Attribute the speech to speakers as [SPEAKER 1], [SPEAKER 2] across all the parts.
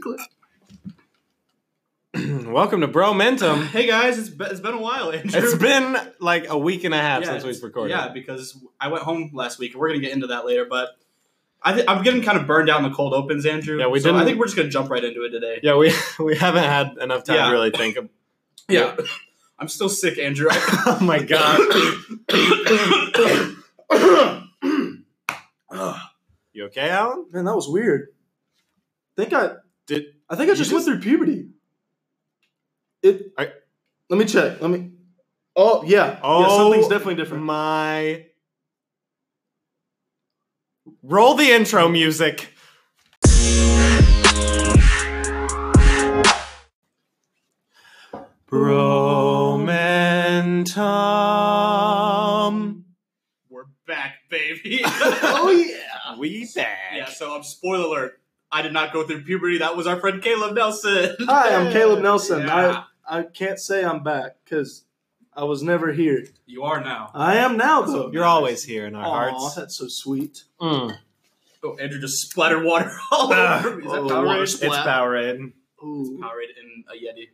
[SPEAKER 1] clip.
[SPEAKER 2] Welcome to Bro Mentum.
[SPEAKER 1] Hey guys, it's, be- it's been a while, Andrew.
[SPEAKER 2] It's been like a week and a half
[SPEAKER 1] Yeah,
[SPEAKER 2] since we've
[SPEAKER 1] it's-
[SPEAKER 2] recorded.
[SPEAKER 1] Yeah, because I went home last week, and we're gonna get into that later. But I th- I'm getting kind of burned out in the cold opens, Andrew.
[SPEAKER 2] Yeah, we
[SPEAKER 1] so I
[SPEAKER 2] didn't-
[SPEAKER 1] think we're just gonna jump right into it today.
[SPEAKER 2] Yeah, we we haven't had enough time
[SPEAKER 1] Yeah.
[SPEAKER 2] to really think. Of,
[SPEAKER 1] Yeah, I'm still sick, Andrew.
[SPEAKER 2] oh my god,
[SPEAKER 1] Ugh.
[SPEAKER 2] you okay, Alan?
[SPEAKER 3] Man, that was weird. think I
[SPEAKER 2] Did-
[SPEAKER 3] I think I
[SPEAKER 2] you
[SPEAKER 3] just, went through puberty. It.
[SPEAKER 2] I-
[SPEAKER 3] let me check. Let me. Oh yeah. yeah,
[SPEAKER 2] Oh,
[SPEAKER 3] something's definitely different.
[SPEAKER 2] My roll the intro music. Bro Mentum.
[SPEAKER 1] we're back, baby.
[SPEAKER 3] oh yeah.
[SPEAKER 2] We back.
[SPEAKER 1] yeah. So, um, spoiler alert: I did not go through puberty. That was our friend Caleb Nelson.
[SPEAKER 2] Uh,
[SPEAKER 3] Hi, I'm Caleb Nelson.
[SPEAKER 1] Yeah.
[SPEAKER 3] I I can't say I'm back because I was never here.
[SPEAKER 1] you are now.
[SPEAKER 3] I am now
[SPEAKER 1] That's
[SPEAKER 3] though.
[SPEAKER 1] what
[SPEAKER 2] You're always here in our
[SPEAKER 3] Oh, Aw,
[SPEAKER 2] hearts.
[SPEAKER 3] that's so sweet.
[SPEAKER 2] Mm.
[SPEAKER 1] Oh, Andrew just splattered water all
[SPEAKER 2] Uh,
[SPEAKER 1] over me. Is that
[SPEAKER 3] Oh,
[SPEAKER 1] Powerade?
[SPEAKER 3] water
[SPEAKER 2] It's Powerade.
[SPEAKER 3] Ooh.
[SPEAKER 1] Powerade in a Yeti.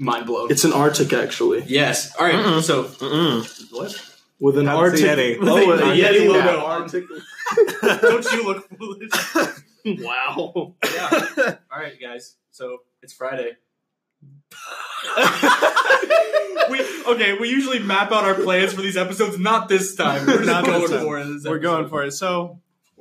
[SPEAKER 1] Mind blown.
[SPEAKER 3] It's an Arctic actually,
[SPEAKER 1] yes. All right,
[SPEAKER 2] Mm-mm.
[SPEAKER 1] So
[SPEAKER 2] Mm-mm.
[SPEAKER 1] what?
[SPEAKER 3] with an
[SPEAKER 2] That's
[SPEAKER 3] Arctic.
[SPEAKER 2] a Yeti.
[SPEAKER 3] Oh,
[SPEAKER 1] With
[SPEAKER 3] a
[SPEAKER 1] the
[SPEAKER 3] Yeti
[SPEAKER 1] Yeti
[SPEAKER 3] logo.
[SPEAKER 1] logo.
[SPEAKER 3] Arctic.
[SPEAKER 1] Don't you look foolish?
[SPEAKER 2] Oh.
[SPEAKER 3] wow.
[SPEAKER 1] yeah. All right, guys. So it's Friday. we okay. We usually map out our plans for these episodes. Not this time. We're just
[SPEAKER 2] Not this
[SPEAKER 1] going
[SPEAKER 2] time.
[SPEAKER 1] for it. this
[SPEAKER 2] We're
[SPEAKER 1] episode.
[SPEAKER 2] going for it. So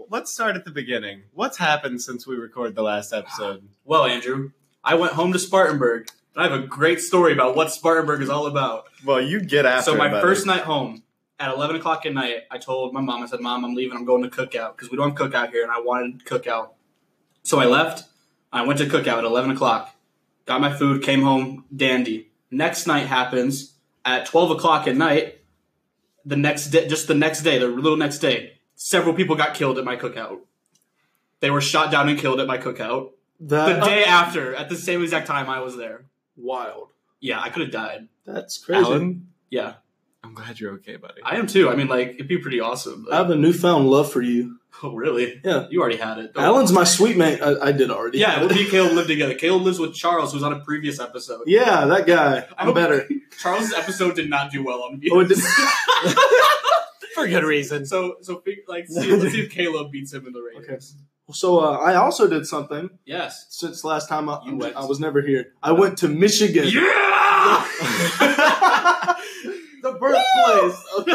[SPEAKER 2] let's start at the beginning. What's happened since we recorded the last episode?
[SPEAKER 1] Well, Andrew, I went home to Spartanburg. And I have a great story about what Spartanburg is all about.
[SPEAKER 2] Well, you get after.
[SPEAKER 1] so my
[SPEAKER 2] it, buddy.
[SPEAKER 1] first night home at 11 o'clock at night i told my mom i said mom i'm leaving i'm going to cookout because we don't have cookout here and i wanted cookout so i left i went to cookout at 11 o'clock got my food came home dandy next night happens at 12 o'clock at night the next day just the next day the little next day several people got killed at my cookout they were shot down and killed at my cookout the
[SPEAKER 3] That
[SPEAKER 1] day after at the same exact time i was there
[SPEAKER 3] wild.
[SPEAKER 1] yeah i could have died
[SPEAKER 3] That's crazy.
[SPEAKER 2] Alan,
[SPEAKER 1] yeah
[SPEAKER 2] I'm glad you're okay, buddy.
[SPEAKER 1] i am too i mean like it'd be pretty awesome but-
[SPEAKER 3] I have a newfound love for you.
[SPEAKER 1] Oh, really?
[SPEAKER 3] Yeah.
[SPEAKER 1] You already had it. Don't-
[SPEAKER 3] Alan's my sweet mate. I, I did already.
[SPEAKER 1] Yeah, well, me and Caleb live together. Caleb lives with Charles, who was on a previous episode.
[SPEAKER 3] Yeah, that guy.
[SPEAKER 1] I
[SPEAKER 3] I'm
[SPEAKER 1] hope-
[SPEAKER 3] better.
[SPEAKER 1] Charles's episode did not do well on
[SPEAKER 3] Oh,
[SPEAKER 1] you.
[SPEAKER 3] it did-
[SPEAKER 2] for good reason.
[SPEAKER 1] so, so fig- like, see, let's see if Caleb beats him in the ratings.
[SPEAKER 3] so uh, I also did something
[SPEAKER 1] Yes.
[SPEAKER 3] since last time I,
[SPEAKER 1] You went.
[SPEAKER 3] I was never here. I went to Michigan.
[SPEAKER 1] Yeah.
[SPEAKER 3] the birthplace of,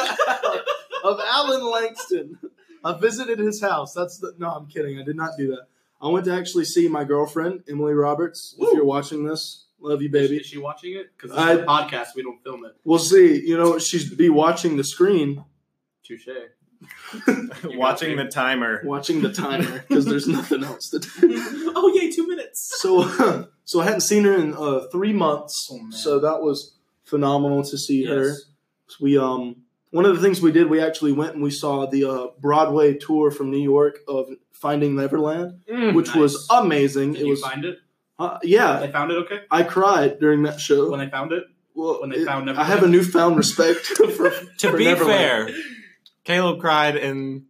[SPEAKER 3] of Alan Langston. I visited his house. That's the, no, I'm kidding. I did not do that. I went to actually see my girlfriend, Emily Roberts.
[SPEAKER 1] Woo.
[SPEAKER 3] If you're watching this, love you,
[SPEAKER 1] Baby,
[SPEAKER 3] baby.
[SPEAKER 1] is she watching it? Because
[SPEAKER 3] I-
[SPEAKER 1] it's a podcast. We don't film it.
[SPEAKER 3] We'll see. You know, she's be watching the screen,
[SPEAKER 1] Touche.
[SPEAKER 2] Watching the timer.
[SPEAKER 3] watching the timer because there's nothing else to do.
[SPEAKER 1] oh yay! Two minutes.
[SPEAKER 3] So, so I hadn't seen her in uh, three months.
[SPEAKER 1] Oh, man.
[SPEAKER 3] so that was phenomenal to see her.
[SPEAKER 1] Yes.
[SPEAKER 3] We um one of the things we did we actually went and we saw the uh, Broadway tour from New York of Finding Neverland,
[SPEAKER 2] Mm.
[SPEAKER 3] which was amazing.
[SPEAKER 1] Hmm, Did
[SPEAKER 3] it
[SPEAKER 1] you
[SPEAKER 3] was
[SPEAKER 1] find it?
[SPEAKER 3] uh, yeah,
[SPEAKER 1] They found it. Okay.
[SPEAKER 3] I cried during that show.
[SPEAKER 1] When they found it,
[SPEAKER 3] Well,
[SPEAKER 1] when they
[SPEAKER 3] it-
[SPEAKER 1] found
[SPEAKER 3] I have a newfound respect for
[SPEAKER 2] To
[SPEAKER 3] for
[SPEAKER 2] be
[SPEAKER 3] Neverland.
[SPEAKER 2] fair, Caleb cried in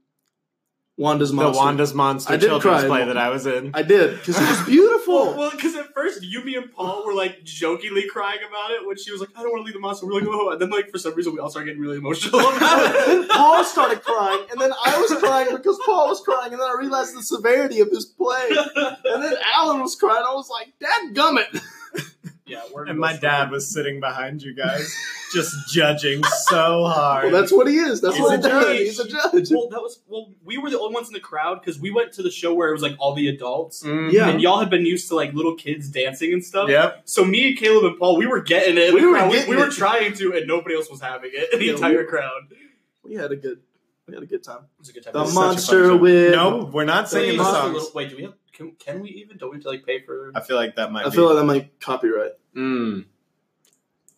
[SPEAKER 3] Wanda's monster.
[SPEAKER 2] the Wanda's Monster
[SPEAKER 3] I did
[SPEAKER 2] children's
[SPEAKER 3] cry.
[SPEAKER 2] play that I was in.
[SPEAKER 3] I did because it was beautiful.
[SPEAKER 1] Well, because at first Yumi and Paul were like jokingly crying about it when she was like, "I don't want to leave the monster." We're like, "Oh!" And then like for some reason we all started getting really emotional about it.
[SPEAKER 3] then Paul started crying, and then I was crying because Paul was crying, and then I realized the severity of his play. And then Alan was crying. I was like, Dad gummit.
[SPEAKER 1] yeah, we're
[SPEAKER 2] and my dad was sitting behind you guys, just judging so
[SPEAKER 3] Well,
[SPEAKER 2] hard.
[SPEAKER 3] that's what he is. That's
[SPEAKER 2] He's
[SPEAKER 3] what
[SPEAKER 2] a
[SPEAKER 3] he does.
[SPEAKER 1] judge.
[SPEAKER 3] He's a judge.
[SPEAKER 1] Well, that was well. We were the only ones in the crowd because we went to the show where it was like all the adults,
[SPEAKER 2] Mhm.
[SPEAKER 3] Mm. Yeah.
[SPEAKER 1] and y'all had been used to like little kids dancing and stuff.
[SPEAKER 2] Yep.
[SPEAKER 1] So me and Caleb and Paul, we were getting it. in
[SPEAKER 3] We
[SPEAKER 1] the
[SPEAKER 3] were
[SPEAKER 1] crowd.
[SPEAKER 3] getting
[SPEAKER 1] we, were
[SPEAKER 3] it.
[SPEAKER 1] trying to, and nobody else was having it. in The
[SPEAKER 3] Yeah, we
[SPEAKER 1] entire
[SPEAKER 3] were-
[SPEAKER 1] crowd. It
[SPEAKER 3] We had a good, we had a good time.
[SPEAKER 1] was a good time.
[SPEAKER 3] The
[SPEAKER 1] It was
[SPEAKER 2] It's
[SPEAKER 1] such-
[SPEAKER 2] such a
[SPEAKER 3] monster
[SPEAKER 2] fun show.
[SPEAKER 3] with-
[SPEAKER 2] No, we're not singing the
[SPEAKER 3] Monster
[SPEAKER 2] songs.
[SPEAKER 1] Wait, do we have? Can, can we even? Don't we have to like pay for?
[SPEAKER 2] I feel like that might
[SPEAKER 3] I
[SPEAKER 2] be.
[SPEAKER 3] feel like that might copyright.
[SPEAKER 2] Mm.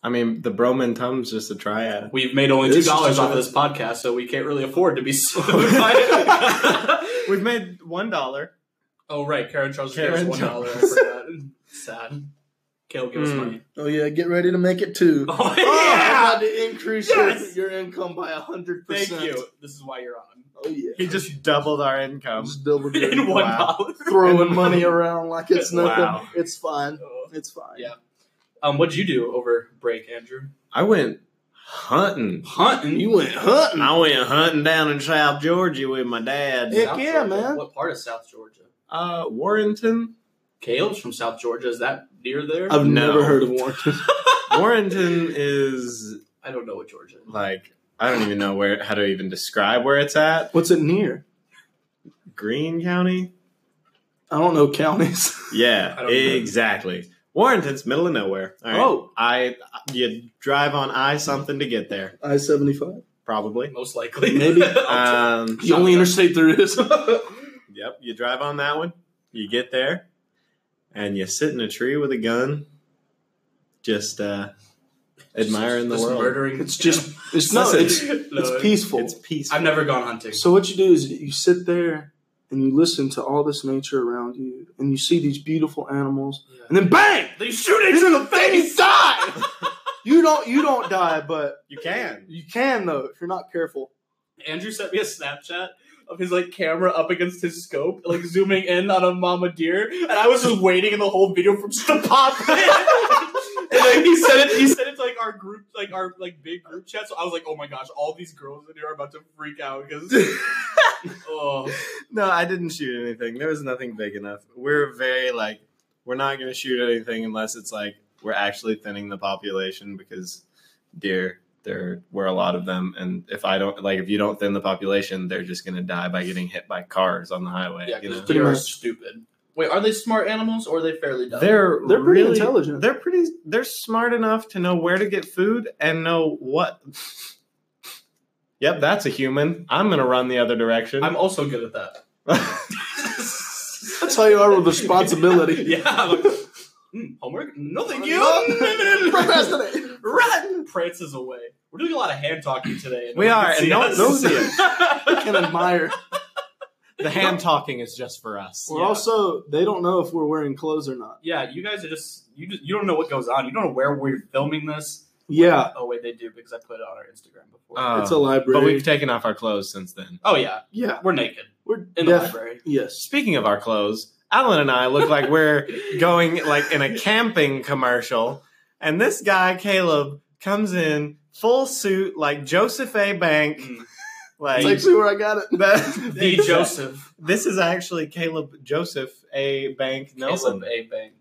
[SPEAKER 2] I mean, the Broman Tum's just a triad.
[SPEAKER 1] We've made only two
[SPEAKER 3] This is
[SPEAKER 1] dollars
[SPEAKER 3] just-
[SPEAKER 1] off of this podcast, so we can't really afford to be sued by it.
[SPEAKER 2] We've made one dollar.
[SPEAKER 1] oh right, Karen Charles
[SPEAKER 2] Karen
[SPEAKER 1] gave us one dollar. I
[SPEAKER 2] Charles.
[SPEAKER 1] forgot. Sad. Kale, give us
[SPEAKER 2] Mm.
[SPEAKER 1] money.
[SPEAKER 3] Oh yeah, get ready to make it two.
[SPEAKER 1] Oh,
[SPEAKER 3] Oh,
[SPEAKER 1] yeah!
[SPEAKER 3] I'm about to increase
[SPEAKER 1] Yes!
[SPEAKER 3] your, your income by hundred
[SPEAKER 1] Thank
[SPEAKER 3] percent.
[SPEAKER 1] you. This is why you're on.
[SPEAKER 3] Oh yeah.
[SPEAKER 2] He just doubled our income.
[SPEAKER 3] Just double
[SPEAKER 1] In
[SPEAKER 3] doing-
[SPEAKER 1] one
[SPEAKER 2] Wow.
[SPEAKER 1] dollar.
[SPEAKER 3] throwing money around like it's nothing.
[SPEAKER 2] Wow.
[SPEAKER 3] It's fine. It's fine.
[SPEAKER 1] Yeah. Um, what'd you do over break, Andrew?
[SPEAKER 2] I went hunting.
[SPEAKER 1] Hunting.
[SPEAKER 3] You went hunting.
[SPEAKER 2] I went hunting down in South Georgia with my dad.
[SPEAKER 3] Heck
[SPEAKER 1] South
[SPEAKER 3] yeah,
[SPEAKER 1] Georgia.
[SPEAKER 3] man.
[SPEAKER 1] What part of South Georgia?
[SPEAKER 2] Uh, Warrenton.
[SPEAKER 1] Kale's from South Georgia. Is that near there?
[SPEAKER 3] I've
[SPEAKER 2] No.
[SPEAKER 3] never heard of Warrington.
[SPEAKER 2] Warrenton is
[SPEAKER 1] I don't know what Georgia. Is.
[SPEAKER 2] like I don't even know where how to even describe where it's at.
[SPEAKER 3] What's it near?
[SPEAKER 2] Greene County.
[SPEAKER 3] I don't know counties.
[SPEAKER 1] I
[SPEAKER 2] Yeah,
[SPEAKER 1] don't know.
[SPEAKER 2] exactly. Warrenton's middle of nowhere. All right.
[SPEAKER 1] Oh.
[SPEAKER 2] I you drive on I something to get there
[SPEAKER 3] I seventy five.
[SPEAKER 2] probably.
[SPEAKER 1] Most likely.
[SPEAKER 3] Maybe. uh,
[SPEAKER 1] I'll
[SPEAKER 2] Um,
[SPEAKER 3] The only interstate there is.
[SPEAKER 2] yep, you drive on that one. You get there, and you sit in a tree with a gun, just uh,
[SPEAKER 1] take-
[SPEAKER 2] admiring the
[SPEAKER 1] just
[SPEAKER 2] world.
[SPEAKER 1] Murdering.
[SPEAKER 3] It's just. It's no.
[SPEAKER 2] Listen,
[SPEAKER 3] It's
[SPEAKER 1] No,
[SPEAKER 3] it's peaceful.
[SPEAKER 2] It's peaceful.
[SPEAKER 1] I've never gone hunting.
[SPEAKER 3] So what you do is you sit there and you listen to all this nature around you, and you see these beautiful animals,
[SPEAKER 1] Yeah.
[SPEAKER 3] and then bang!
[SPEAKER 1] They shoot
[SPEAKER 3] It's
[SPEAKER 1] it
[SPEAKER 3] in the face. You die. you don't. You don't die, but
[SPEAKER 2] You can.
[SPEAKER 3] you can though if you're not careful.
[SPEAKER 1] Andrew sent me a Snapchat of his like camera up against his scope, like zooming in on a mama deer, and I was just waiting in the whole video for just to pop in. and then he said it. He said it to like our group, like our like big group chat. So I was like, oh my gosh, all these girls in here are about to freak out because oh
[SPEAKER 2] No, I didn't shoot anything. There was nothing big enough. We're very like we're not going to shoot anything unless it's like we're actually thinning the population because deer there were a lot of them and if I don't like if you don't thin the population, they're just going to die by getting hit by cars on the highway,
[SPEAKER 1] yeah,
[SPEAKER 2] you know?
[SPEAKER 1] because
[SPEAKER 3] Pretty
[SPEAKER 1] deer are
[SPEAKER 3] much.
[SPEAKER 1] stupid. Wait, are they smart animals or are they fairly dumb?
[SPEAKER 2] They're
[SPEAKER 3] They're pretty
[SPEAKER 2] really-
[SPEAKER 3] intelligent.
[SPEAKER 2] They're pretty they're smart enough to know where to get food and know what Yep, that's a human. I'm going to run the other direction.
[SPEAKER 1] I'm also good at that.
[SPEAKER 3] That's how you are with responsibility.
[SPEAKER 1] yeah. I'm like, "Hmm, homework? No, thank you.
[SPEAKER 3] Procrastinate.
[SPEAKER 1] Run! Prances away. We're doing a lot of hand talking today. and
[SPEAKER 2] We
[SPEAKER 1] no one
[SPEAKER 2] are,
[SPEAKER 1] can
[SPEAKER 2] and no-
[SPEAKER 1] us.
[SPEAKER 2] no one see
[SPEAKER 3] Can admire.
[SPEAKER 2] the hand talking is just for us.
[SPEAKER 3] Well,
[SPEAKER 1] Yeah.
[SPEAKER 3] also they don't know if we're wearing clothes or not.
[SPEAKER 1] yeah, you guys are just you. Just, you don't know what goes on. You don't know where we're filming this.
[SPEAKER 3] Yeah,
[SPEAKER 1] Oh wait, they do because I put it on our Instagram before.
[SPEAKER 2] Uh,
[SPEAKER 3] it's a library.
[SPEAKER 2] But we've taken off our clothes since then.
[SPEAKER 1] oh yeah,
[SPEAKER 3] yeah,
[SPEAKER 1] we're naked
[SPEAKER 3] we're
[SPEAKER 1] in the
[SPEAKER 3] def-
[SPEAKER 1] library.
[SPEAKER 3] Yes.
[SPEAKER 2] Speaking of our clothes, Alan and I look like we're going like in a camping commercial, and this guy Caleb comes in full suit like Joseph A. Bank,
[SPEAKER 1] Mm.
[SPEAKER 3] That's
[SPEAKER 2] like.
[SPEAKER 3] actually where I got it.
[SPEAKER 2] that-
[SPEAKER 1] The Joseph
[SPEAKER 2] This is actually Caleb Joseph A. Bank Nelson.
[SPEAKER 1] Caleb A Bank.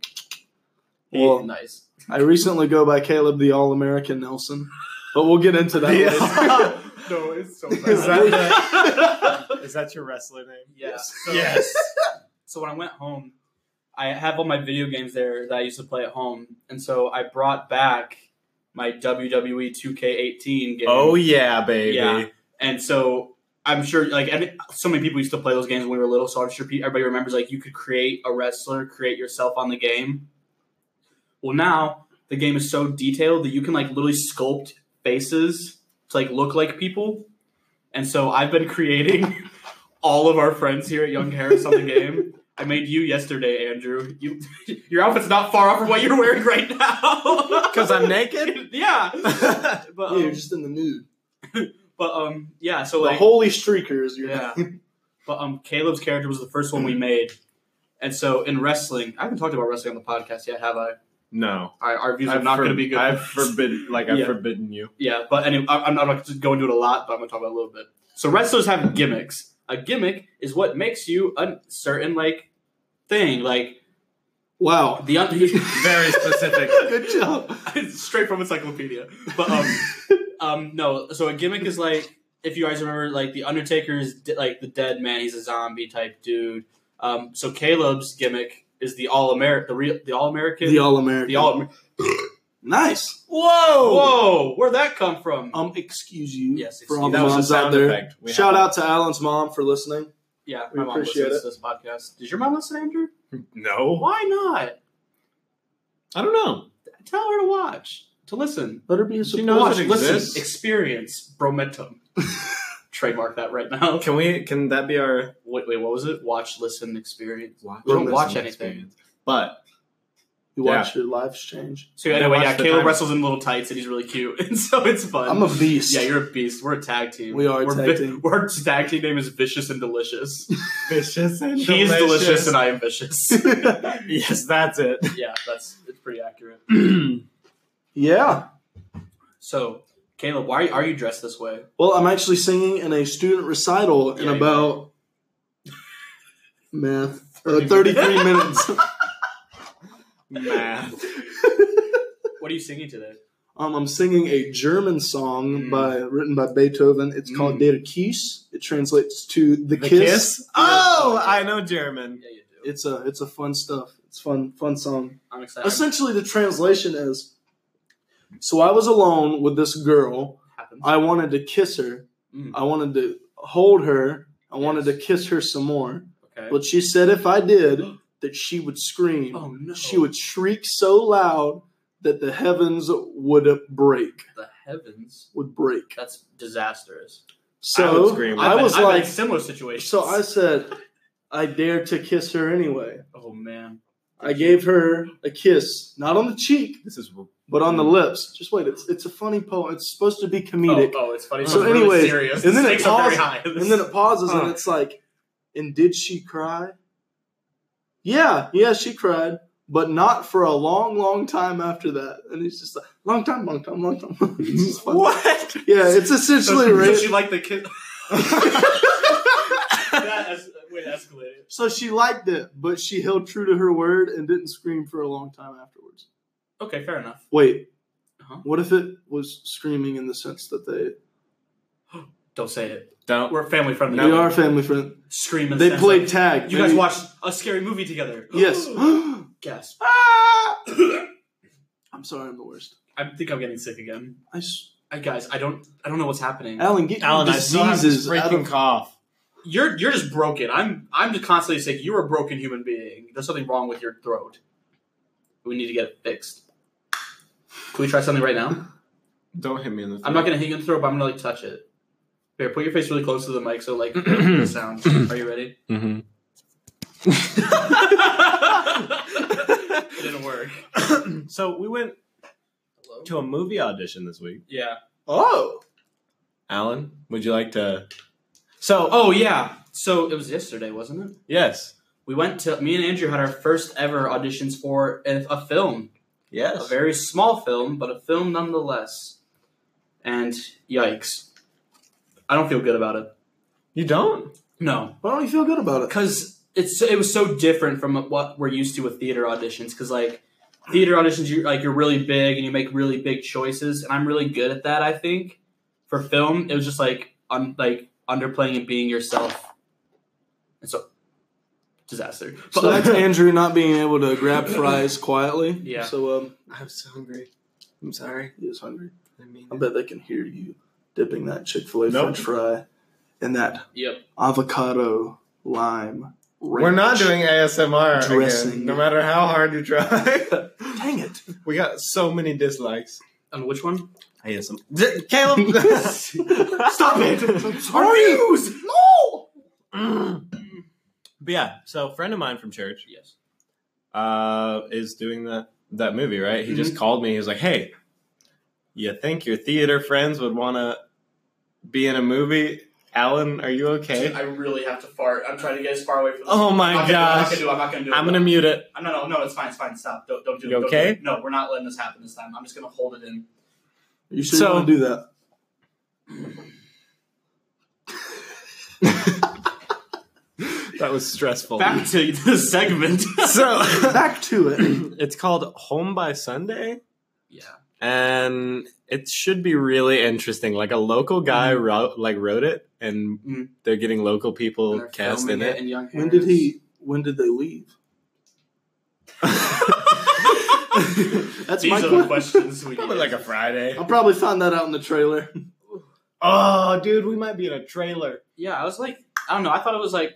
[SPEAKER 3] Well-
[SPEAKER 1] nice.
[SPEAKER 3] I recently go by Caleb the All American Nelson, but we'll get into that
[SPEAKER 2] The-
[SPEAKER 3] later.
[SPEAKER 1] No, it's so
[SPEAKER 3] bad.
[SPEAKER 2] Is that Is that your wrestler name?
[SPEAKER 1] yeah. So,
[SPEAKER 2] Yes.
[SPEAKER 1] So when I went home, I have all my video games there that I used to play at home, and so I brought back my E WWE 2K18 game.
[SPEAKER 2] Oh yeah, baby.
[SPEAKER 1] Yeah. And so I'm sure, like, I mean, so many people used to play those games when we were little. So I'm sure pe- everybody remembers, like, you could create a wrestler, create yourself on the game. Well, now the game is so detailed that you can, like, literally sculpt faces to, like, look like people. And so I've been creating all of our friends here at Young Harris on the game. I made you yesterday, Andrew. You, your outfit's not far off from what you're wearing right now.
[SPEAKER 2] Because I'm naked.
[SPEAKER 1] yeah, but
[SPEAKER 3] Yeah, you're
[SPEAKER 1] um,
[SPEAKER 3] just in the nude.
[SPEAKER 1] but um, yeah. So
[SPEAKER 3] The
[SPEAKER 1] like,
[SPEAKER 3] holy streaker is your
[SPEAKER 1] yeah. But um, Caleb's character was the first one we made, and so in wrestling, I haven't talked about wrestling on the podcast yet, have I?
[SPEAKER 2] No.
[SPEAKER 1] All right, our views are
[SPEAKER 2] I've
[SPEAKER 1] not
[SPEAKER 2] for-
[SPEAKER 1] going to be good.
[SPEAKER 2] I've forbidden, like I've
[SPEAKER 1] Yeah.
[SPEAKER 2] forbidden you.
[SPEAKER 1] yeah, but anyway, I- I'm not going to go into it a lot, but I'm going to talk about it a little bit. So wrestlers have gimmicks. A gimmick is what makes you a certain like thing, like
[SPEAKER 3] Wow.
[SPEAKER 1] the un-
[SPEAKER 2] Very specific.
[SPEAKER 3] Good job.
[SPEAKER 1] straight from encyclopedia. But um, um, no. So a gimmick is like if you guys remember, like the Undertaker is de- like the dead man. He's a zombie type dude. Um, so Caleb's gimmick is the all American, the real, the all American,
[SPEAKER 3] The All American. nice.
[SPEAKER 2] Whoa!
[SPEAKER 1] Whoa, where'd that come from?
[SPEAKER 3] Um, excuse you
[SPEAKER 1] Yes,
[SPEAKER 3] for
[SPEAKER 1] excuse-
[SPEAKER 3] all the
[SPEAKER 2] That was a
[SPEAKER 3] moms out
[SPEAKER 2] sound
[SPEAKER 3] there.
[SPEAKER 2] effect. We
[SPEAKER 3] Shout
[SPEAKER 2] have-
[SPEAKER 3] out to Alan's mom for listening.
[SPEAKER 1] yeah,
[SPEAKER 3] we
[SPEAKER 1] my mom
[SPEAKER 3] appreciate
[SPEAKER 1] listens to this podcast. Does your mom listen, Andrew?
[SPEAKER 2] No.
[SPEAKER 1] Why not?
[SPEAKER 2] I don't know.
[SPEAKER 1] Tell her to watch, to listen.
[SPEAKER 3] Let her be a
[SPEAKER 2] She
[SPEAKER 3] support.
[SPEAKER 2] knows
[SPEAKER 1] Watch,
[SPEAKER 2] it exists.
[SPEAKER 1] listen, experience, bromentum. Trademark that right now.
[SPEAKER 2] Can we? Can that be our?
[SPEAKER 1] Wait, wait, what was it? Watch, listen, experience.
[SPEAKER 2] Watch,
[SPEAKER 1] We don't watch anything.
[SPEAKER 2] But
[SPEAKER 3] You
[SPEAKER 2] Yeah.
[SPEAKER 3] watch your lives change.
[SPEAKER 1] So
[SPEAKER 2] Yeah,
[SPEAKER 1] anyway,
[SPEAKER 2] watch
[SPEAKER 1] yeah,
[SPEAKER 2] the
[SPEAKER 1] Caleb
[SPEAKER 2] time.
[SPEAKER 1] wrestles in little tights and he's really cute, and so it's
[SPEAKER 2] Uh,
[SPEAKER 1] fun.
[SPEAKER 3] I'm a beast.
[SPEAKER 1] yeah, you're a beast. We're a tag team.
[SPEAKER 3] We are a
[SPEAKER 1] We're
[SPEAKER 3] tag
[SPEAKER 1] vi-
[SPEAKER 3] team.
[SPEAKER 1] Our tag team name is Vicious and Delicious.
[SPEAKER 2] Vicious and
[SPEAKER 1] He is delicious, and I am vicious.
[SPEAKER 2] yes, that's it.
[SPEAKER 1] yeah, that's it's pretty accurate.
[SPEAKER 3] yeah.
[SPEAKER 1] So, Caleb, why are you dressed this way?
[SPEAKER 3] Well, I'm actually singing in a student recital in
[SPEAKER 1] Yeah, you
[SPEAKER 3] about math uh,
[SPEAKER 1] 33
[SPEAKER 3] 33 minutes.
[SPEAKER 2] Math.
[SPEAKER 1] What are you singing today?
[SPEAKER 3] Um, I'm singing a German song
[SPEAKER 1] Mm.
[SPEAKER 3] by written by Beethoven. It's
[SPEAKER 1] Hmm.
[SPEAKER 2] Mm.
[SPEAKER 3] called Der Kiss. It translates to the,
[SPEAKER 2] The
[SPEAKER 3] kiss.
[SPEAKER 2] kiss? Oh, I know German.
[SPEAKER 1] Yeah, you do.
[SPEAKER 3] It's a it's a fun stuff. It's fun fun song.
[SPEAKER 1] I'm excited.
[SPEAKER 3] Essentially, the translation is: So I was alone with this girl.
[SPEAKER 1] Happens.
[SPEAKER 3] I wanted to kiss her.
[SPEAKER 1] Mm.
[SPEAKER 3] I wanted to hold her. I wanted to kiss her some more.
[SPEAKER 1] Okay.
[SPEAKER 3] But she said if I did, that she would scream.
[SPEAKER 1] oh no.
[SPEAKER 3] She would shriek so loud that the heavens would break.
[SPEAKER 1] the heavens.
[SPEAKER 3] Would break.
[SPEAKER 1] That's disastrous.
[SPEAKER 3] So I,
[SPEAKER 2] would scream.
[SPEAKER 1] I've been-
[SPEAKER 3] was
[SPEAKER 1] I've been
[SPEAKER 3] like,
[SPEAKER 1] in similar situations.
[SPEAKER 3] so I said, I dare to kiss her anyway.
[SPEAKER 1] Oh man.
[SPEAKER 3] I gave her a kiss, not on the cheek,
[SPEAKER 2] This is
[SPEAKER 3] but on the lips. Just wait, it's it's a funny poem. It's supposed to be
[SPEAKER 1] Oh,
[SPEAKER 3] comedic,
[SPEAKER 1] oh, it's funny.
[SPEAKER 3] So
[SPEAKER 1] So, anyway,
[SPEAKER 3] anyways,
[SPEAKER 1] serious.
[SPEAKER 3] and
[SPEAKER 1] And
[SPEAKER 3] then
[SPEAKER 1] then
[SPEAKER 3] it
[SPEAKER 1] stakes are very
[SPEAKER 3] paused-
[SPEAKER 1] high.
[SPEAKER 3] and then it pauses,
[SPEAKER 2] Huh.
[SPEAKER 3] and it's like, and did she cry? Yeah, yeah, she cried, but not for a long, long time after that. And it's just like, long time, long time, long time. it's just funny.
[SPEAKER 2] what?
[SPEAKER 3] Yeah, it's
[SPEAKER 1] so,
[SPEAKER 3] essentially
[SPEAKER 1] so
[SPEAKER 3] rape.
[SPEAKER 1] she liked the kid. that es- wait, escalated.
[SPEAKER 3] So she liked it, but she held true to her word and didn't scream for a long time afterwards.
[SPEAKER 1] Okay, fair enough.
[SPEAKER 3] Wait,
[SPEAKER 1] Uh-huh.
[SPEAKER 3] what if it was screaming in the sense that they
[SPEAKER 1] Don't say it.
[SPEAKER 2] Don't.
[SPEAKER 1] We're family friendly.
[SPEAKER 3] we are family friend?
[SPEAKER 1] Scream and
[SPEAKER 3] They
[SPEAKER 1] sense
[SPEAKER 3] played
[SPEAKER 1] of-
[SPEAKER 3] tag.
[SPEAKER 1] You
[SPEAKER 3] Maybe-
[SPEAKER 1] guys watched a scary movie together.
[SPEAKER 3] Yes.
[SPEAKER 1] Gasp.
[SPEAKER 2] Ah!
[SPEAKER 3] I'm sorry, I'm the worst.
[SPEAKER 1] I think I'm getting sick again.
[SPEAKER 3] I s-
[SPEAKER 1] I, guys, I don't, I don't know what's happening.
[SPEAKER 3] Alan, get
[SPEAKER 2] Alan,
[SPEAKER 3] your
[SPEAKER 2] I still have this
[SPEAKER 3] diseases out
[SPEAKER 2] freaking
[SPEAKER 3] of.
[SPEAKER 2] cough.
[SPEAKER 1] You're, you're just broken. I'm, I'm just constantly sick. You're a broken human being. There's something wrong with your throat. We need to get it fixed. Can we try something right now?
[SPEAKER 2] Don't hit me in the.
[SPEAKER 1] I'm not gonna hit you in the throat, but I'm gonna like touch it. Here, put your face really close to the mic so like the sound. Are you ready?
[SPEAKER 2] Mm-hmm.
[SPEAKER 1] it didn't work.
[SPEAKER 2] So we went
[SPEAKER 1] Hello?
[SPEAKER 2] to a movie audition this week.
[SPEAKER 1] Yeah.
[SPEAKER 3] Oh,
[SPEAKER 2] Alan, would you like to? So
[SPEAKER 1] Oh yeah. So it was yesterday, wasn't it?
[SPEAKER 2] yes,
[SPEAKER 1] We went to me and Andrew had our first ever auditions for a, a film, a
[SPEAKER 2] yes.
[SPEAKER 1] very small film, but a film nonetheless. And yikes, I don't feel good about it.
[SPEAKER 2] You don't.
[SPEAKER 1] No,
[SPEAKER 3] why don't you feel good about it?
[SPEAKER 1] because it's it was so different from what we're used to with theater auditions. Because like theater auditions, you like you're really big and you make really big choices, and I'm really good at that. I think for film, it was just like un, like underplaying and being yourself, and so disaster. But,
[SPEAKER 3] So that's Andrew not being able to grab fries quietly.
[SPEAKER 1] Yeah.
[SPEAKER 3] So um,
[SPEAKER 2] I'm so hungry. I'm sorry.
[SPEAKER 3] he is hungry.
[SPEAKER 2] I mean,
[SPEAKER 3] I bet they can hear you dipping that Chick Fil A
[SPEAKER 2] Nope.
[SPEAKER 3] French fry in that
[SPEAKER 1] yep,
[SPEAKER 3] avocado lime. Ranch.
[SPEAKER 2] we're not doing ASMR
[SPEAKER 3] Dressing.
[SPEAKER 2] again, no matter how hard you try.
[SPEAKER 3] Dang it!
[SPEAKER 2] we got so many dislikes.
[SPEAKER 1] and which one?
[SPEAKER 2] ASMR. D- Caleb,
[SPEAKER 3] Stop it! I'm
[SPEAKER 1] Reviews.
[SPEAKER 3] No.
[SPEAKER 2] but yeah, so a friend of mine from church
[SPEAKER 1] Yes.
[SPEAKER 2] uh, is doing that that movie, right? He
[SPEAKER 1] Mm-hmm.
[SPEAKER 2] just called me. He was like, "Hey, you think your theater friends would want to be in a movie? Alan, are you okay?
[SPEAKER 1] I really have to fart. I'm trying to get as far away from. This.
[SPEAKER 2] Oh my
[SPEAKER 1] I'm not
[SPEAKER 2] gosh!
[SPEAKER 1] gonna do it. I'm not gonna do it.
[SPEAKER 2] I'm gonna mute it.
[SPEAKER 1] Uh, No, no, no. It's fine. It's fine. Stop. Don't, don't do it.
[SPEAKER 2] You
[SPEAKER 1] don't do
[SPEAKER 2] okay?
[SPEAKER 1] it. No, we're not letting this happen this time. I'm just gonna hold it in.
[SPEAKER 3] You should
[SPEAKER 2] So-
[SPEAKER 3] want to do that.
[SPEAKER 2] That was stressful.
[SPEAKER 1] Back to the segment.
[SPEAKER 2] so
[SPEAKER 3] Back to it.
[SPEAKER 2] it's called Home by Sunday,
[SPEAKER 1] yeah.
[SPEAKER 2] and it should be really interesting. Like a local guy
[SPEAKER 1] Mm-hmm.
[SPEAKER 2] wrote, like wrote it, and
[SPEAKER 1] Mm.
[SPEAKER 2] they're getting local people
[SPEAKER 1] They're
[SPEAKER 2] cast
[SPEAKER 1] filming
[SPEAKER 2] in it.
[SPEAKER 1] and young
[SPEAKER 3] When did
[SPEAKER 1] Harris.
[SPEAKER 3] he? When did they leave? That's
[SPEAKER 1] These
[SPEAKER 3] my
[SPEAKER 1] are the
[SPEAKER 3] question.
[SPEAKER 1] questions we
[SPEAKER 2] Probably
[SPEAKER 1] need.
[SPEAKER 2] like a Friday.
[SPEAKER 3] I'll probably find that out in the trailer.
[SPEAKER 2] Oh, dude, we might be in a trailer.
[SPEAKER 1] Yeah, I was like, I don't know. I thought it was like,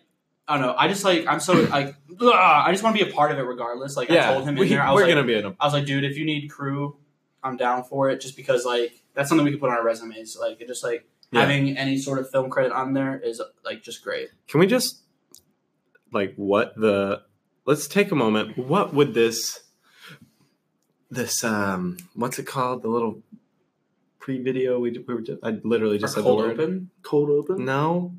[SPEAKER 1] I don't know. I just like, I'm so like, ugh, I just want to be a part of it regardless. Like I told him in
[SPEAKER 2] we,
[SPEAKER 1] there, I was
[SPEAKER 2] we're
[SPEAKER 1] like,
[SPEAKER 2] gonna be in a.
[SPEAKER 1] I was like, dude, if you need crew, I'm down for it. Just because like that's something we can put on our resumes. Like it just like
[SPEAKER 2] Yeah.
[SPEAKER 1] having any sort of film credit on there is like just great.
[SPEAKER 2] Can we just like what the? Let's take a moment. What would this this um what's it called? The little pre-video we, we were just, I literally just
[SPEAKER 1] Or
[SPEAKER 2] said the
[SPEAKER 1] cold
[SPEAKER 2] word.
[SPEAKER 1] open.
[SPEAKER 3] Cold open.
[SPEAKER 2] No,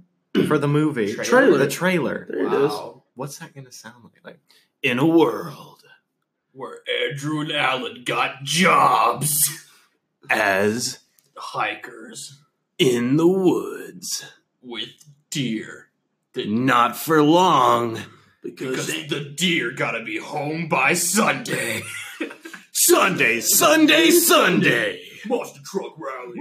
[SPEAKER 2] for the movie
[SPEAKER 1] Trailer.
[SPEAKER 3] Trailer.
[SPEAKER 2] The trailer.
[SPEAKER 3] There it is.
[SPEAKER 1] Wow.
[SPEAKER 2] What's that gonna sound like? Like in a world
[SPEAKER 1] Where Andrew and Alan got jobs.
[SPEAKER 2] as
[SPEAKER 1] Hikers
[SPEAKER 2] in the woods,
[SPEAKER 1] with deer.
[SPEAKER 2] not for long.
[SPEAKER 1] Because the deer gotta be home by Sunday.
[SPEAKER 2] Sunday, Sunday, Sunday.
[SPEAKER 1] Monster truck rally.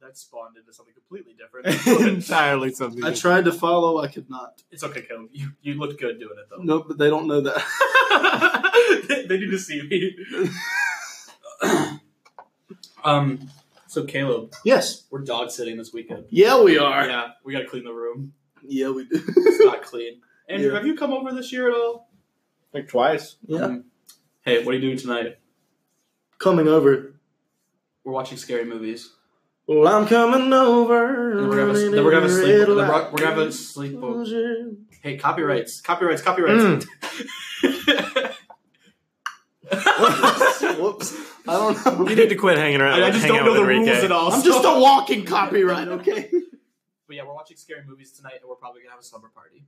[SPEAKER 1] that spawned into something completely different.
[SPEAKER 2] Entirely something.
[SPEAKER 3] I tried to follow. I could not.
[SPEAKER 1] it's okay, Caleb. You, you looked good doing it, though.
[SPEAKER 3] Nope, but they don't know that.
[SPEAKER 1] they, they need to see me. um. So Caleb,
[SPEAKER 3] yes.
[SPEAKER 1] we're dog sitting this weekend.
[SPEAKER 3] Yeah, we are.
[SPEAKER 1] Yeah, we gotta clean the room.
[SPEAKER 3] Yeah, we do.
[SPEAKER 1] It's not clean. Andrew,
[SPEAKER 3] Yeah.
[SPEAKER 1] have you come over this year at all?
[SPEAKER 2] like twice.
[SPEAKER 3] Yeah.
[SPEAKER 1] Um, hey, what are you doing tonight?
[SPEAKER 3] Coming over.
[SPEAKER 1] We're watching scary movies.
[SPEAKER 3] Well, I'm coming over.
[SPEAKER 1] And we're gonna have a, then we're gonna have a sleep. then we're, we're gonna have a sleepover. Hey, copyrights, copyrights, copyrights.
[SPEAKER 3] Hmm. Whoops. I don't know.
[SPEAKER 2] You need to quit hanging around.
[SPEAKER 1] I, I
[SPEAKER 2] like,
[SPEAKER 1] just
[SPEAKER 2] hang
[SPEAKER 1] don't
[SPEAKER 2] out
[SPEAKER 1] know
[SPEAKER 2] with
[SPEAKER 1] the rules
[SPEAKER 2] Enrique.
[SPEAKER 1] at all.
[SPEAKER 3] I'm
[SPEAKER 1] so-
[SPEAKER 3] just a walking copyright, okay?
[SPEAKER 1] But yeah, we're watching scary movies tonight, and we're probably gonna have a slumber party.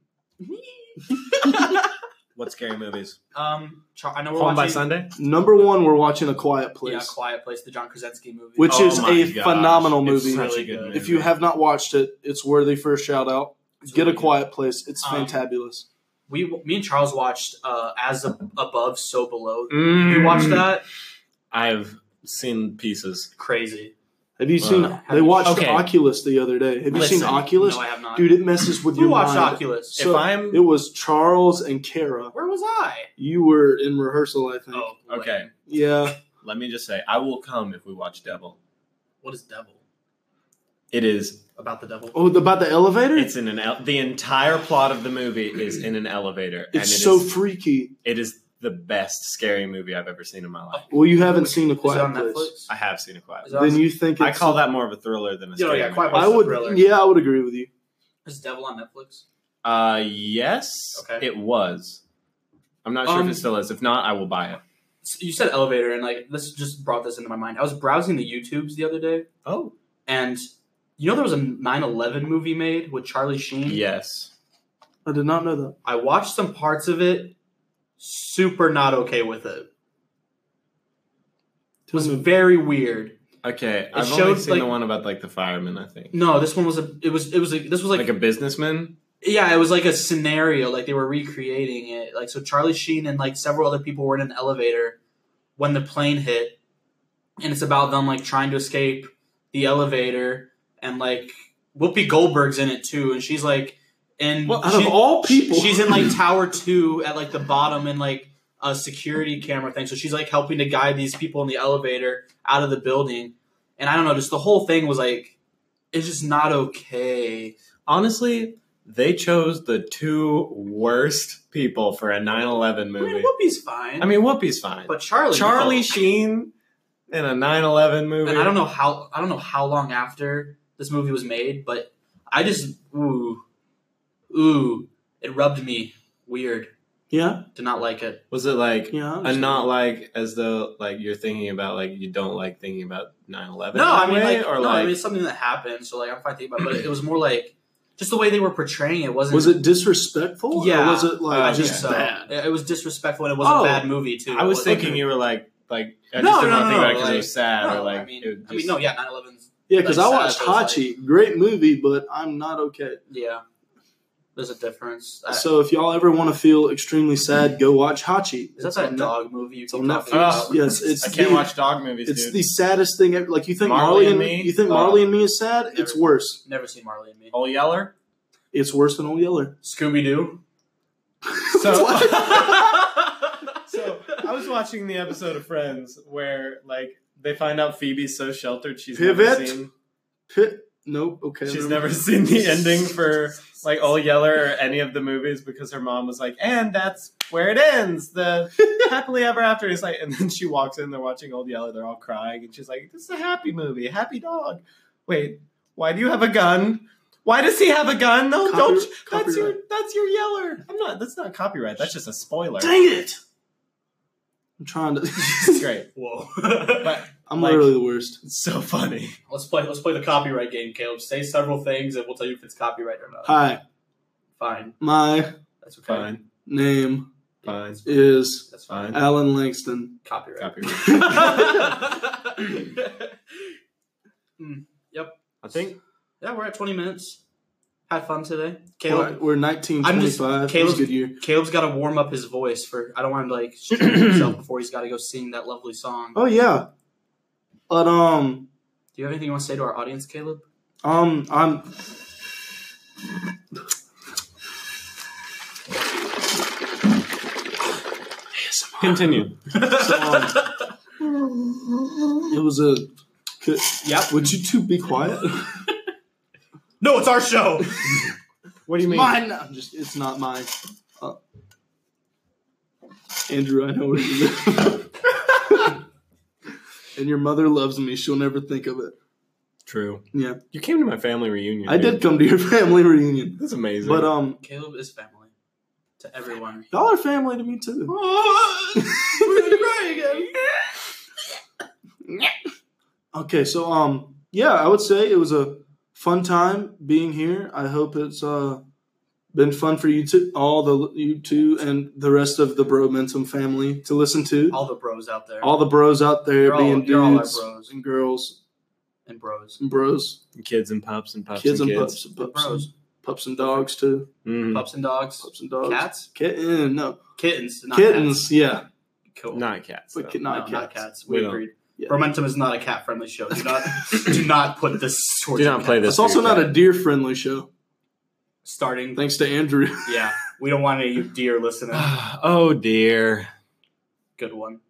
[SPEAKER 2] What scary movies?
[SPEAKER 1] um, Char- I know we're
[SPEAKER 2] Home by
[SPEAKER 1] watching.
[SPEAKER 2] Sunday.
[SPEAKER 3] Number one, we're watching A Quiet Place,
[SPEAKER 1] Yeah, Quiet Place, the John Krasinski movie.
[SPEAKER 3] which
[SPEAKER 2] Oh
[SPEAKER 3] is
[SPEAKER 2] my
[SPEAKER 3] a
[SPEAKER 2] gosh.
[SPEAKER 3] phenomenal
[SPEAKER 2] It's
[SPEAKER 3] movie.
[SPEAKER 2] such a
[SPEAKER 1] If
[SPEAKER 2] good movie.
[SPEAKER 3] If you have not watched it, it's worthy for a shout out.
[SPEAKER 1] It's
[SPEAKER 3] Get
[SPEAKER 1] really
[SPEAKER 3] A
[SPEAKER 1] good.
[SPEAKER 3] Quiet Place. It's
[SPEAKER 1] Um,
[SPEAKER 3] fantabulous.
[SPEAKER 1] We, me and Charles watched uh, As Ab- Above, So Below.
[SPEAKER 2] Mm.
[SPEAKER 3] Hmm.
[SPEAKER 1] You watched that?
[SPEAKER 2] I've seen pieces.
[SPEAKER 1] Crazy.
[SPEAKER 3] Have you seen?
[SPEAKER 2] Uh,
[SPEAKER 3] they watched
[SPEAKER 2] okay.
[SPEAKER 3] Oculus the other day. Have you
[SPEAKER 2] Listen,
[SPEAKER 3] seen Oculus?
[SPEAKER 1] No, I have not.
[SPEAKER 3] Dude, it messes with
[SPEAKER 1] you
[SPEAKER 3] your
[SPEAKER 1] watched
[SPEAKER 3] mind.
[SPEAKER 1] Oculus.
[SPEAKER 3] So-
[SPEAKER 2] if I'm
[SPEAKER 3] It was Charles and Kara.
[SPEAKER 1] Where was I?
[SPEAKER 3] You were in rehearsal, I think.
[SPEAKER 1] Oh, wait.
[SPEAKER 2] okay,
[SPEAKER 3] Yeah,
[SPEAKER 2] let me just say I will come if we watch Devil.
[SPEAKER 1] What is Devil?
[SPEAKER 2] It is.
[SPEAKER 1] About the Devil?
[SPEAKER 3] Oh, the- about the elevator?
[SPEAKER 2] It's in an. El- the entire plot of the movie is in an elevator, and
[SPEAKER 3] It's
[SPEAKER 2] it
[SPEAKER 3] so
[SPEAKER 2] is-
[SPEAKER 3] freaky.
[SPEAKER 2] it is the best scary movie I've ever seen in my life.
[SPEAKER 3] Well, you haven't seen a
[SPEAKER 1] Is it
[SPEAKER 3] quiet
[SPEAKER 1] on
[SPEAKER 3] place.
[SPEAKER 1] Netflix?
[SPEAKER 2] I have seen a quiet.
[SPEAKER 1] Is it on-
[SPEAKER 3] Then you think it's,
[SPEAKER 2] I call that more of a thriller than a
[SPEAKER 1] Yeah,
[SPEAKER 2] scary.
[SPEAKER 1] yeah, Quiet
[SPEAKER 2] movie.
[SPEAKER 3] I
[SPEAKER 1] Place.
[SPEAKER 3] would.
[SPEAKER 1] Thriller.
[SPEAKER 3] Yeah, I would agree with you.
[SPEAKER 1] Is Devil on Netflix?
[SPEAKER 2] Uh, yes,
[SPEAKER 1] Okay.
[SPEAKER 2] it was. I'm not sure
[SPEAKER 1] Um,
[SPEAKER 2] if it still is. If not, I will buy it.
[SPEAKER 1] So you said elevator, and like this just brought this into my mind. I was browsing the YouTubes the other day,
[SPEAKER 2] Oh,
[SPEAKER 1] and you know there was a 9/11 movie made with Charlie Sheen.
[SPEAKER 2] yes.
[SPEAKER 3] I did not know that.
[SPEAKER 1] I watched some parts of it. Super not okay with it. It was very weird.
[SPEAKER 2] Okay, I've
[SPEAKER 1] showed,
[SPEAKER 2] only seen
[SPEAKER 1] like-
[SPEAKER 2] the one about like the fireman. I think
[SPEAKER 1] No, this one was a. It was. It was. A, this was like.
[SPEAKER 2] like, a businessman.
[SPEAKER 1] yeah, it was like a scenario. Like they were recreating it. Like so, Charlie Sheen and like several other people were in an elevator when the plane hit, and it's about them like trying to escape the elevator, and like Whoopi Goldberg's in it too, and she's like, and
[SPEAKER 3] Well, out of all people,
[SPEAKER 1] She's in like Tower Two at like the bottom and like a security camera thing. So she's like helping to guide these people in the elevator out of the building. And I don't know, just the whole thing was like, it's just not okay.
[SPEAKER 2] Honestly, they chose the two worst people for a 9/11
[SPEAKER 1] I mean,
[SPEAKER 2] movie.
[SPEAKER 1] Whoopi's fine.
[SPEAKER 2] I mean, Whoopi's fine,
[SPEAKER 1] but Charlie,
[SPEAKER 2] Charlie
[SPEAKER 1] no.
[SPEAKER 2] Sheen in a 9/11 movie.
[SPEAKER 1] and I don't know how I don't know how long after this movie was made, but I just ooh ooh, it rubbed me weird.
[SPEAKER 3] yeah,
[SPEAKER 1] Did not like it.
[SPEAKER 2] Was it like
[SPEAKER 3] yeah. I
[SPEAKER 2] and
[SPEAKER 3] understand.
[SPEAKER 2] not like as though like you're thinking about like you don't like thinking about 9/11.
[SPEAKER 1] No,
[SPEAKER 2] that
[SPEAKER 1] I mean
[SPEAKER 2] way,
[SPEAKER 1] like
[SPEAKER 2] or
[SPEAKER 1] no, I
[SPEAKER 2] like
[SPEAKER 1] mean it's something that happened. So like I'm fine thinking about, it, but it was more like just the way they were portraying it wasn't.
[SPEAKER 3] was it disrespectful? or
[SPEAKER 1] Yeah.
[SPEAKER 3] was it like
[SPEAKER 2] Uh,
[SPEAKER 1] I think
[SPEAKER 3] just
[SPEAKER 1] so.
[SPEAKER 3] bad?
[SPEAKER 1] It it was disrespectful, and it was not
[SPEAKER 2] Oh,
[SPEAKER 1] a bad movie too.
[SPEAKER 2] I was
[SPEAKER 1] It
[SPEAKER 2] thinking
[SPEAKER 1] okay.
[SPEAKER 2] you were like like I
[SPEAKER 1] No,
[SPEAKER 2] just didn't want
[SPEAKER 1] no,
[SPEAKER 2] to think
[SPEAKER 1] no,
[SPEAKER 2] about it because
[SPEAKER 1] like-
[SPEAKER 2] it was sad
[SPEAKER 1] No,
[SPEAKER 2] or like
[SPEAKER 1] I mean,
[SPEAKER 2] it
[SPEAKER 1] I mean,
[SPEAKER 2] just-
[SPEAKER 1] no, yeah, 9/11's,
[SPEAKER 3] Yeah, because
[SPEAKER 1] Like,
[SPEAKER 3] I watched
[SPEAKER 1] sad, but it's
[SPEAKER 3] Hachi. Great movie, but I'm not okay.
[SPEAKER 1] yeah. There's a difference. I,
[SPEAKER 3] So if y'all ever want to feel extremely sad, go watch Hachi.
[SPEAKER 1] is that
[SPEAKER 3] It's on
[SPEAKER 1] that dog movie you
[SPEAKER 3] It's on
[SPEAKER 1] keep talking
[SPEAKER 2] Netflix.
[SPEAKER 1] about?
[SPEAKER 3] Netflix. Yes, it's
[SPEAKER 2] I can't
[SPEAKER 3] the,
[SPEAKER 2] watch dog movies.
[SPEAKER 3] It's
[SPEAKER 2] dude.
[SPEAKER 3] the saddest thing ever. Like you think
[SPEAKER 2] Marley
[SPEAKER 3] Marley
[SPEAKER 2] and
[SPEAKER 3] and
[SPEAKER 2] Me?
[SPEAKER 3] You think
[SPEAKER 2] Oh.
[SPEAKER 3] Marley and Me is sad? It's
[SPEAKER 1] Never.
[SPEAKER 3] worse.
[SPEAKER 1] Never seen Marley and Me.
[SPEAKER 2] Old Yeller.
[SPEAKER 3] It's worse than Old Yeller.
[SPEAKER 1] Scooby Doo.
[SPEAKER 2] So,
[SPEAKER 1] so
[SPEAKER 2] so I was watching the episode of Friends where like they find out Phoebe's so sheltered she's never
[SPEAKER 3] Pivot.
[SPEAKER 2] seen
[SPEAKER 3] Pit. Nope. Okay.
[SPEAKER 2] she's
[SPEAKER 3] never
[SPEAKER 2] never seen the ending for like Old Yeller or any of the movies because her mom was like, and that's where it ends. The happily ever after. It's like, and then she walks in, they're watching Old Yeller, they're all crying, and she's like, this is a happy movie, happy dog. Wait, why do you have a gun? Why does he have a gun? No,
[SPEAKER 3] Copy-
[SPEAKER 2] don't. That's your
[SPEAKER 3] copyright.
[SPEAKER 2] that's your Yeller. I'm not. That's not copyright. That's just a spoiler.
[SPEAKER 3] Dang it! I'm trying to.
[SPEAKER 2] It's great.
[SPEAKER 1] Whoa.
[SPEAKER 2] But
[SPEAKER 3] I'm
[SPEAKER 2] Like-
[SPEAKER 3] literally the worst.
[SPEAKER 2] it's so funny.
[SPEAKER 1] let's play. Let's play the copyright game, Caleb. Say several things, and we'll tell you if it's copyright or not.
[SPEAKER 3] Hi,
[SPEAKER 1] Fine.
[SPEAKER 3] my
[SPEAKER 1] That's okay.
[SPEAKER 2] Fine.
[SPEAKER 3] name
[SPEAKER 2] Fine.
[SPEAKER 3] is
[SPEAKER 1] That's fine.
[SPEAKER 2] Fine.
[SPEAKER 3] Alan Langston.
[SPEAKER 1] Copyright.
[SPEAKER 2] Copyright. I think
[SPEAKER 1] yeah, we're at 20 minutes. Had fun today.
[SPEAKER 3] We're,
[SPEAKER 1] Caleb.
[SPEAKER 3] we're 1925. That was
[SPEAKER 1] Caleb's-
[SPEAKER 3] a good year.
[SPEAKER 1] Caleb's got to warm up his voice for. I don't want him to like strip himself before he's got to go sing that lovely song.
[SPEAKER 3] Oh yeah, but um,
[SPEAKER 1] Do you have anything you want to say to our audience, Caleb?
[SPEAKER 3] um, I'm.
[SPEAKER 2] continue.
[SPEAKER 3] It was a. could-
[SPEAKER 1] Yep.
[SPEAKER 3] Would you two be quiet?
[SPEAKER 1] No, it's our show.
[SPEAKER 2] What do you mean?
[SPEAKER 3] mine. I'm just. It's not mine. Uh, Andrew, I know what you And your mother loves me. She'll never think of it.
[SPEAKER 2] True.
[SPEAKER 3] Yeah,
[SPEAKER 2] You came to my family reunion.
[SPEAKER 3] I
[SPEAKER 2] dude.
[SPEAKER 3] did come to your family reunion,
[SPEAKER 2] That's amazing.
[SPEAKER 3] but um,
[SPEAKER 1] Caleb is family to everyone.
[SPEAKER 3] y'all are family to me too. Okay, so um, yeah, I would say it was a fun time being here. I hope it's uh been fun for you too, all the you two and the rest of the Bromentum family to listen to.
[SPEAKER 1] All the bros out there
[SPEAKER 3] all the bros out there
[SPEAKER 1] You're all-
[SPEAKER 3] being
[SPEAKER 1] you're all our
[SPEAKER 3] dudes
[SPEAKER 1] bros.
[SPEAKER 3] and girls
[SPEAKER 1] and bros,
[SPEAKER 3] and bros,
[SPEAKER 2] kids and pups and pups
[SPEAKER 3] kids
[SPEAKER 2] and
[SPEAKER 3] and,
[SPEAKER 2] kids.
[SPEAKER 3] pups, and
[SPEAKER 1] And
[SPEAKER 3] pups,
[SPEAKER 1] bros,
[SPEAKER 3] and, pups and dogs too,
[SPEAKER 2] Mhm.
[SPEAKER 1] pups and dogs,
[SPEAKER 3] pups and dogs,
[SPEAKER 1] cats,
[SPEAKER 3] kitten, no,
[SPEAKER 1] kittens, not
[SPEAKER 3] kittens,
[SPEAKER 1] Cats.
[SPEAKER 3] yeah,
[SPEAKER 1] Cool.
[SPEAKER 2] Not cats.
[SPEAKER 3] but
[SPEAKER 2] though.
[SPEAKER 3] ki-
[SPEAKER 1] No,
[SPEAKER 3] not
[SPEAKER 1] not
[SPEAKER 3] cats.
[SPEAKER 1] cats.
[SPEAKER 2] We
[SPEAKER 1] We
[SPEAKER 2] don't.
[SPEAKER 1] agreed.
[SPEAKER 3] Yeah.
[SPEAKER 1] Bromentum is not a cat-friendly show. Do not, do not put this. towards
[SPEAKER 2] Do not
[SPEAKER 1] the
[SPEAKER 2] play
[SPEAKER 1] cat.
[SPEAKER 2] this.
[SPEAKER 3] It's also
[SPEAKER 2] to your
[SPEAKER 3] not a
[SPEAKER 2] cat.
[SPEAKER 3] deer friendly show.
[SPEAKER 1] Starting.
[SPEAKER 3] Thanks to Andrew.
[SPEAKER 1] Yeah, we don't want any of you deer listening.
[SPEAKER 2] oh dear.
[SPEAKER 1] Good one.